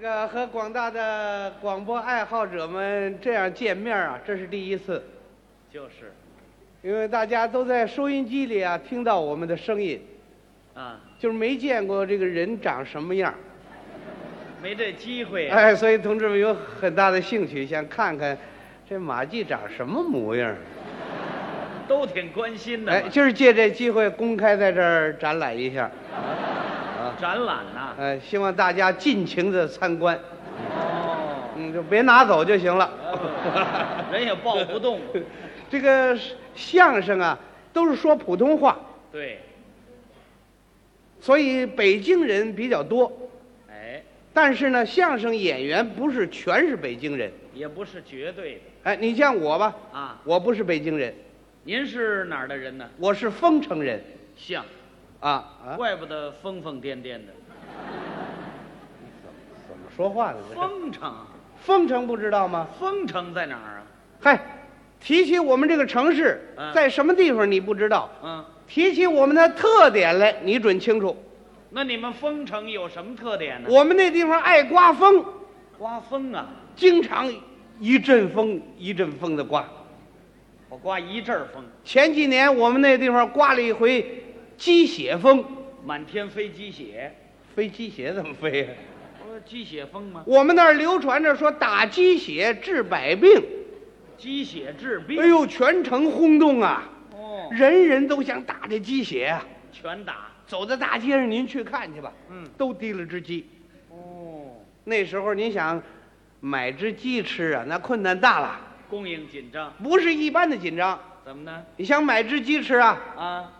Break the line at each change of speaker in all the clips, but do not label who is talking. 这个和广大的广播爱好者们这样见面啊，这是第一次，
就是，
因为大家都在收音机里啊听到我们的声音，
啊，
就是没见过这个人长什么样。
没这机会、啊。
哎，所以同志们有很大的兴趣，想看看这马季长什么模样。
都挺关心的
哎，
嘛。
就是借这机会公开在这儿展览一下，
展览呐、
呃，希望大家尽情的参观，
哦，
嗯，就别拿走就行了。
人也抱不动。
这个相声啊，都是说普通话，
对，
所以北京人比较多。
哎，
但是呢，相声演员不是全是北京人。
也不是绝对的
哎，你像我吧，
啊。
我不是北京人，
您是哪儿的人呢？
我是丰城人。
像，
啊啊，
怪不得疯疯癫癫 的。
怎么说话呢？这是
丰城，
丰城不知道吗？
丰城在哪儿啊？
嗨，提起我们这个城市
嗯
在什么地方你不知道，
嗯，
提起我们的特点来你准清楚。
那你们丰城有什么特点呢？
我们那地方爱刮风，
刮风啊，
经常一阵风一阵风的刮。
我刮一阵儿风，
前几年我们那地方刮了一回鸡血风，
满天飞鸡血，
飞鸡血怎么飞啊呀、
不是鸡血风吗？
我们那儿流传着说打鸡血治百病，
鸡血治病。
哎呦，全城轰动啊，
哦，
人人都想打这鸡血啊。
拳打。
走到大街上，您去看去吧，
嗯，
都提了只鸡。
哦，
那时候您想买只鸡吃啊，那困难大了，
供应紧张，
不是一般的紧张。
怎么呢？
你想买只鸡吃啊，
啊，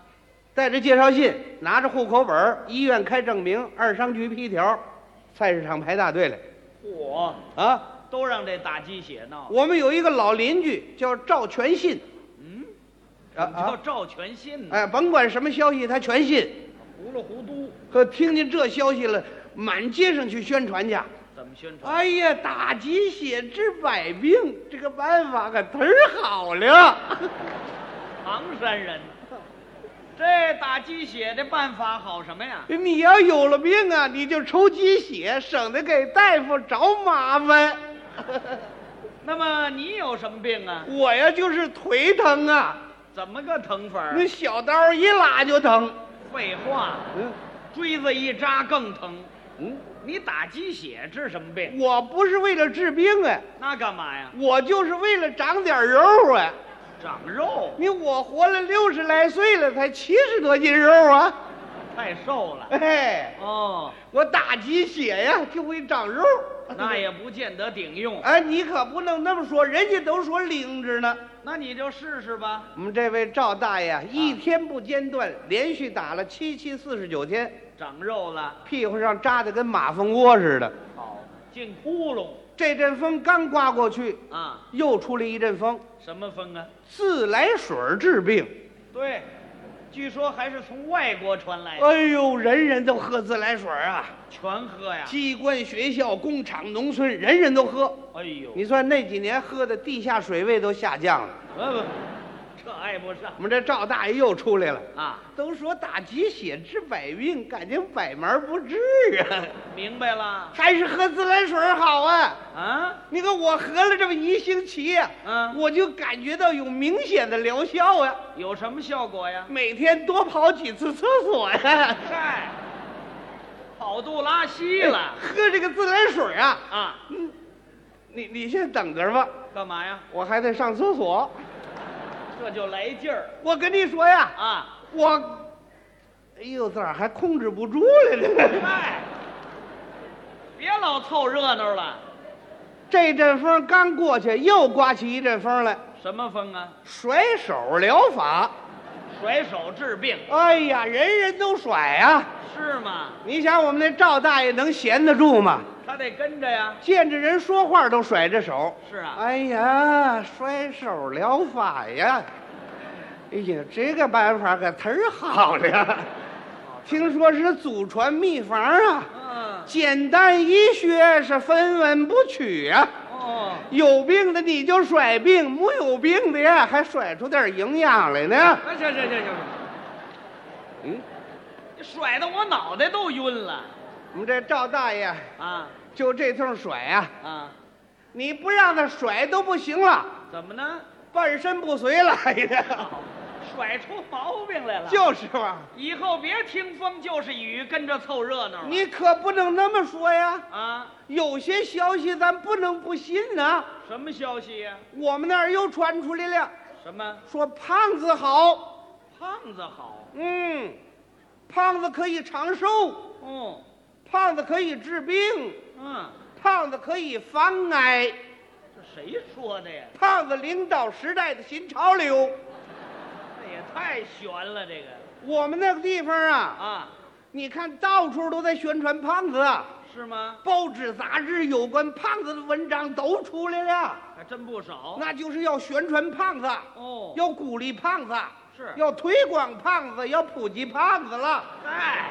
带着介绍信，拿着户口本儿，医院开证明，二商局批条，菜市场排大队来
嚯，
啊。
都让这打鸡血闹。
我们有一个老邻居叫赵全信，
嗯，
啊
怎么叫
啊，
赵全信呢？
哎，甭管什么消息，他全信。
糊里糊涂，
可听见这消息了，满街上去宣传去。
怎么宣传？
哎呀，打鸡血治百病，这个办法可忒儿好了。
唐山人，这打鸡血的办法好什么呀？
你要有了病啊，你就抽鸡血，省得给大夫找麻烦。
那么你有什么病啊？
我呀，就是腿疼啊，
怎么个疼法
那
儿？
小刀一拉就疼。
废话，
嗯
锥子一扎更疼。
嗯，
你打鸡血治什么病？
我不是为了治病哎、
那干嘛呀？
我就是为了长点肉啊！
长肉，
你我活了六十来岁了，才七十多斤肉啊！
太瘦了。
哎，
哦，
我打鸡血呀，就会长肉。
那也不见得顶 用。
哎，你可不能那么说，人家都说灵着呢。
那你就试试吧。
我们这位赵大爷啊一天不间断，连续打了七七四十九天，
长肉了，
屁股上扎的跟马蜂窝似的。
好，进窟窿
这阵风刚刮过去，
啊？
又出来一阵风，
什么风啊？
自来水儿治病。
对，据说还是从外国传来的，
哎呦，人人都喝自来水儿啊！
全喝呀。
机关、学校、工厂、农村，人人都喝。
哎呦，
你算那几年喝的地下水位都下降了。
呃不，这爱不上
我们这赵大爷又出来了，
啊。
都说打鸡血治百病，感情百门不治啊，
明白了
还是喝自来水好啊。
啊？
你看我喝了这么一星期呀、
嗯，
我就感觉到有明显的疗效啊，
有什么效果呀？
每天多跑几次厕所呀、
嗯嗨，跑肚拉稀了
喝这个自来水啊，
啊？
你你先等着吧，
干嘛呀？
我还得上厕所。
这就来劲儿
我跟你说呀，
啊！
我，哎呦，咋还控制不住了呢？
嗨，别老凑热闹了。
这阵风刚过去，又刮起一阵风来，
什么风啊？
甩手疗法。
甩手治病
哎呀，人人都甩啊！
是吗？
你想我们那赵大爷能闲得住吗？
他得跟着呀。
见着人说话都甩着手。
是啊，
哎呀，甩手疗法呀！哎呀，这个办法可忒儿好了呀，听说是祖传秘方啊。
嗯，
简单医学是分文不取啊，
哦，
有病的你就甩病，没有病的呀还甩出点营养来呢。
那啊行行行行，
嗯，
你甩的我脑袋都晕了
我们这赵大爷
啊！
就这通甩啊，
啊，
你不让他甩都不行了，
怎么呢？
半身不遂了，哎呀，
甩出毛病来了。
就是嘛，
以后别听风就是雨，跟着凑热闹啊。
你可不能那么说呀。
啊，
有些消息咱不能不信呐、
什么消息呀、
我们那儿又传出来了，
什么
说胖子好，
胖子好？
嗯，胖子可以长寿，
哦，
胖子可以治病，
嗯，
胖子可以防癌，
这谁说的呀？
胖子领导时代的新潮流。
这也太悬了，这个
我们那个地方啊，
啊，
你看到处都在宣传胖子，
是吗？
报纸、杂志有关胖子的文章都出来了，
还真不少。
那就是要宣传胖子，
哦，
要鼓励胖子，
是
要推广胖子，要普及胖子了。
哎，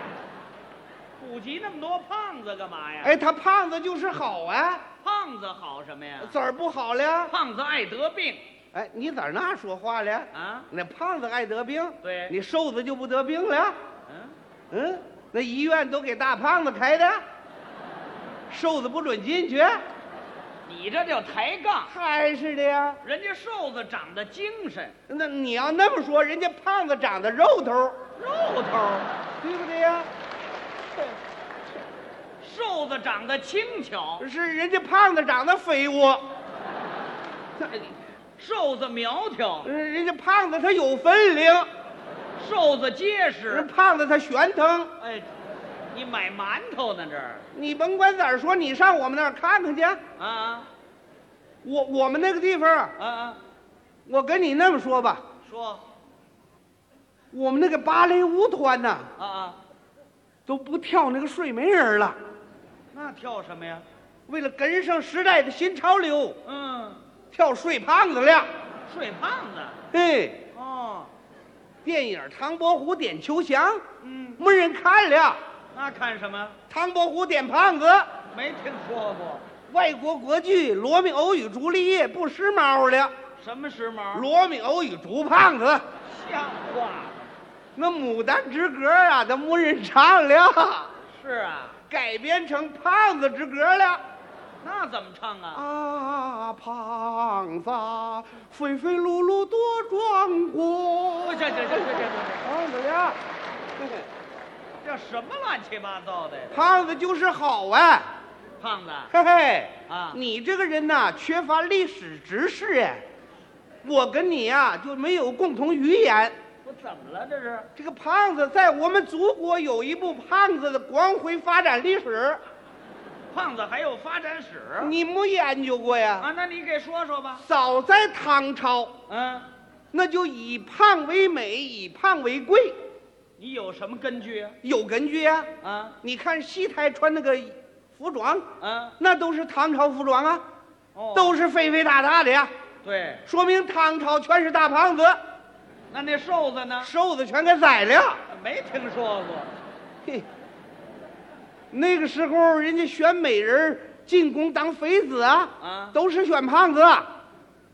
普及那么多胖子干嘛呀？，
哎，他胖子就是好啊，
胖子好什么呀？
怎儿不好了？
胖子爱得病
哎，你咋那说话了？
啊？
那胖子爱得病，
对
你瘦子就不得病了。
嗯，
嗯，那医院都给大胖子开的，瘦子不准进去。
你这叫抬杠。
还是的呀。
人家瘦子长得精神，
那你要那么说，人家胖子长得肉头儿，
肉头儿；
对不对呀？
瘦子长得轻巧，
是人家胖子长得肥沃，
瘦子苗条，
人家胖子他有分量，
瘦子结
人
实。
胖子他悬腾。
哎，你买馒头呢这儿
你甭管咋说，你上我们那儿看看去。
啊
我我们那个地方，
啊啊！
我跟你那么说吧，
说
我们那个芭蕾舞团呐、
啊啊，
都不跳那个睡美人儿了，
那跳什么呀？
为了跟上时代的新潮流，
嗯，
跳睡胖子了。
睡胖子。
嘿，
哦，
电影《唐伯虎点秋香》
嗯，
没人看了。
那看什么？
唐伯虎点胖子，
没听说过。
外国国剧《罗密欧与朱丽叶》不时髦了，
什么时
《
髦？
罗密欧与朱胖子》
像话吗？
那《牡丹之歌》啊，都没人唱了，
是啊，
改编成《胖子之歌》了。
那怎么唱啊？
啊，胖子，肥肥碌碌多壮
不
观，
哦这这这这这这
胖子了，
这叫什么乱七八糟的呀？
胖子就是好啊，
胖子
嘿嘿。
啊，
你这个人呐、缺乏历史知识哎。我跟你呀、就没有共同语言。
我怎么了这是？
这个胖子在我们祖国有一部胖子的光辉发展历史，
胖子还有发展史
你没研究过呀？
啊？那你给说说吧。
早在唐朝，
嗯，
那就以胖为美，以胖为贵，
你有什么根据啊？
有根据呀、
啊
你看戏台穿那个服装，
啊
那都是唐朝服装啊，
哦，
都是肥肥大大的呀，
对。
说明唐朝全是大胖子，
那那瘦子呢？
瘦子全给宰了。
没听说过。
嘿，那个时候人家选美人儿进宫当妃子啊，
啊，
都是选胖子。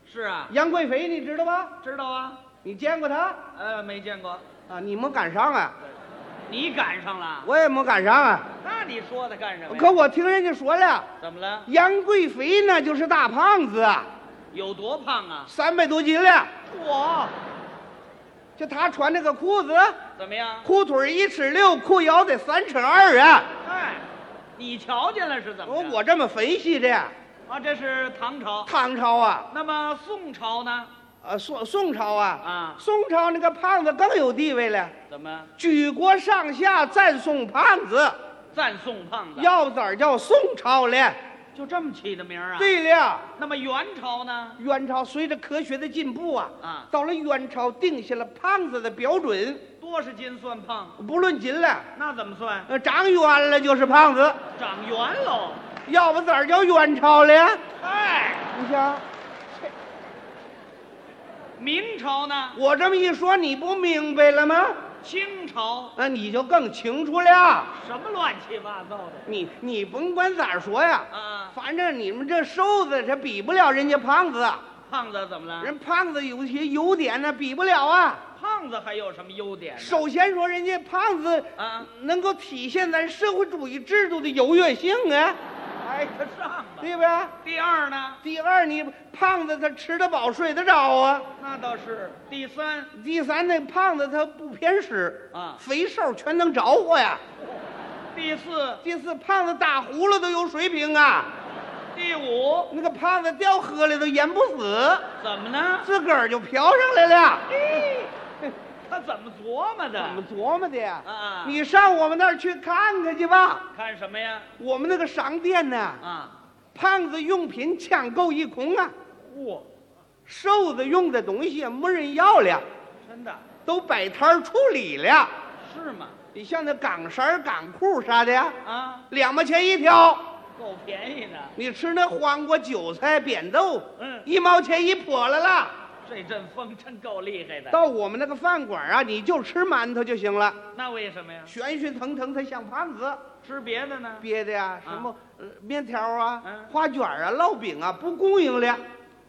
是啊，
杨贵妃你知道吧？
知道啊，
你见过她
呃，没见过，
啊？你没赶上啊？
你赶上了，
我也没赶上啊。
那你说他干什么
可
呀？
我听人家说了，
怎么了？
杨贵妃那就是大胖子，啊
有多胖啊？
三百多斤了。
我
就她穿那个裤子，
怎么样？
裤腿一尺六，裤腰得三尺二啊。
哎，你瞧见了是怎么
我
着？
我这么分析的，
啊，这是唐朝。
唐朝啊，
那么宋朝呢？
呃宋宋朝啊，
啊，
宋朝那个胖子更有地位了。
怎么
举国上下赞颂胖子，
赞宋胖子？
要不咋叫宋朝了？
就这么起的名儿啊？。
对了，
那么元朝呢？
元朝随着科学的进步啊，
啊，
到了元朝定下了胖子的标准，
多少斤算胖？
不论斤了，
那怎么算？
呃，长圆了就是胖子，
长圆喽。
要不咋叫元朝了？
哎，
你瞧，
明朝呢？
我这么一说，你不明白了吗？
清朝
那你就更清楚了。
什么乱七八糟的
你你甭管咋说呀，
啊？
反正你们这瘦子这比不了人家胖子。
胖子怎么了？
人胖子有些优点呢、比不了啊。
胖子还有什么优点呢？
首先说，人家胖子
啊，
能够体现咱社会主义制度的优越性啊，
挨得上吧？
对吧？
第二呢？
第二，你胖子他吃得饱睡得着啊。
那倒是。第三，
第三，那胖子他不偏食
啊
肥瘦全能着火呀。
第四，
第四，胖子打呼噜都有水平啊，
第五，
那个胖子掉河里都淹不死，
怎么呢？
自个儿就漂上来了。
他怎么琢磨
怎么
的？
琢磨的呀？
啊
你上我们那儿去看看去吧。
看什么呀？
我们那个商店呢，
啊，
胖子用品抢购一空啊，
嚯，
瘦子用的东西也没人要了，
真的
都摆摊儿处理了。
是吗？
你像那港衫儿、港裤啥的呀，
啊，
两毛钱一条。
够便宜的，
你吃那黄瓜、韭菜、扁豆，
嗯
一毛钱一笸了啦。
这阵风真够厉害的。
到我们那个饭馆啊，你就吃馒头就行了，
那为什么呀？
悬悬腾腾，它像胖子。
吃别的呢？
别的呀，什么、呃面条啊、
嗯
花卷啊、烙饼啊，不供应了。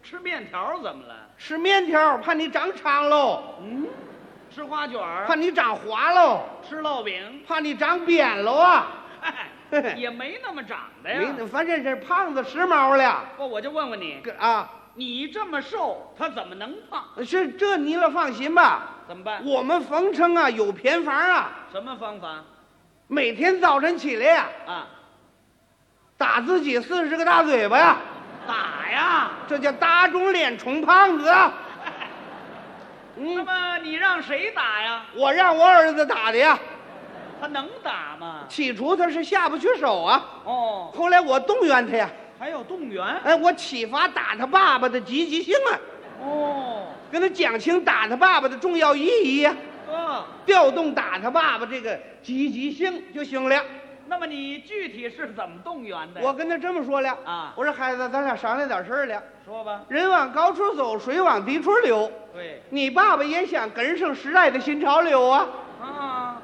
吃面条怎么了？
吃面条怕你长长喽，
嗯，吃花卷儿
怕，你长滑喽，
吃烙 饼，
怕你长扁喽啊！
嗨
嘿嘿，
也没那么长的哎呀。
没，反正是胖子时髦了
不，我就问问你，
个啊。
你这么瘦，他怎么能胖？
是这你了放心吧，
怎么办？
我们冯城啊有偏方啊，
什么方法
每天早晨起来呀、
啊？
打自己四十个大嘴巴呀、
打呀！
这叫打肿脸充胖子。啊。
那
嗯，
么你让谁打呀？
我让我儿子打的呀。
他能打吗？
起初他是下不去手啊，
哦，
后来我动员他呀，
还有动员
哎，我启发打他爸爸的积极性啊，
哦，
跟他讲清打他爸爸的重要意义呀、
哥。
调动打他爸爸这个积极性就行了。
那么你具体是怎么动员的呀？
我跟他这么说了
啊
我说孩子，咱俩商量点事儿了。
说吧。
人往高处走，水往低处流。
对
你爸爸也想跟上时代的新潮流啊，
啊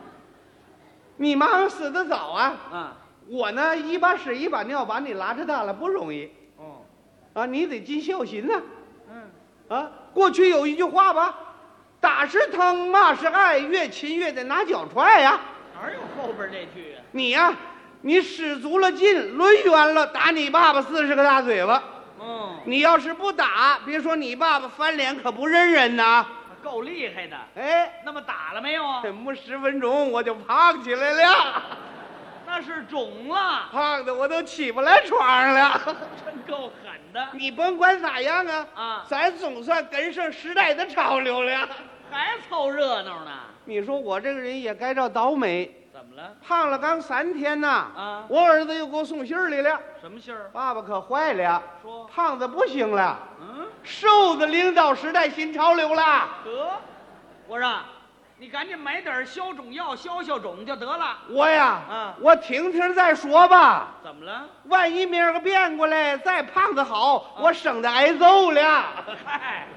你妈妈死得早啊，
啊
我呢，一把屎一把尿把你拉扯大了，不容易
哦
啊！你得尽孝心呐、
嗯，
啊！过去有一句话吧，打是疼，骂是爱，越亲越得拿脚踹呀、
哪有后边这句啊？
你呀、你使足了劲，抡圆了，打你爸爸四十个大嘴巴。
嗯，
你要是不打，别说你爸爸翻脸，可不认人呐！
够厉害的。
哎，
那么打了没有啊？
这木十分钟我就胖起来了，
那是肿了，
胖的我都起不来床上了。
真够狠的。
你甭管咋样啊，
啊
咱总算跟上时代的潮流了。
还凑热闹呢？
你说我这个人也该着倒霉，
怎么了？
胖了刚三天呐，
啊
我儿子又给我送信儿来了，
什么信儿？
爸爸可坏了，
说，
胖子不行了，
嗯，
瘦子领导时代新潮流了。
得，我说啊，你赶紧买点消肿药消消肿就得了。
我呀，
啊
我听听再说吧，
怎么了？
万一明儿个变过来再胖子好，我省得挨揍了。
嗨，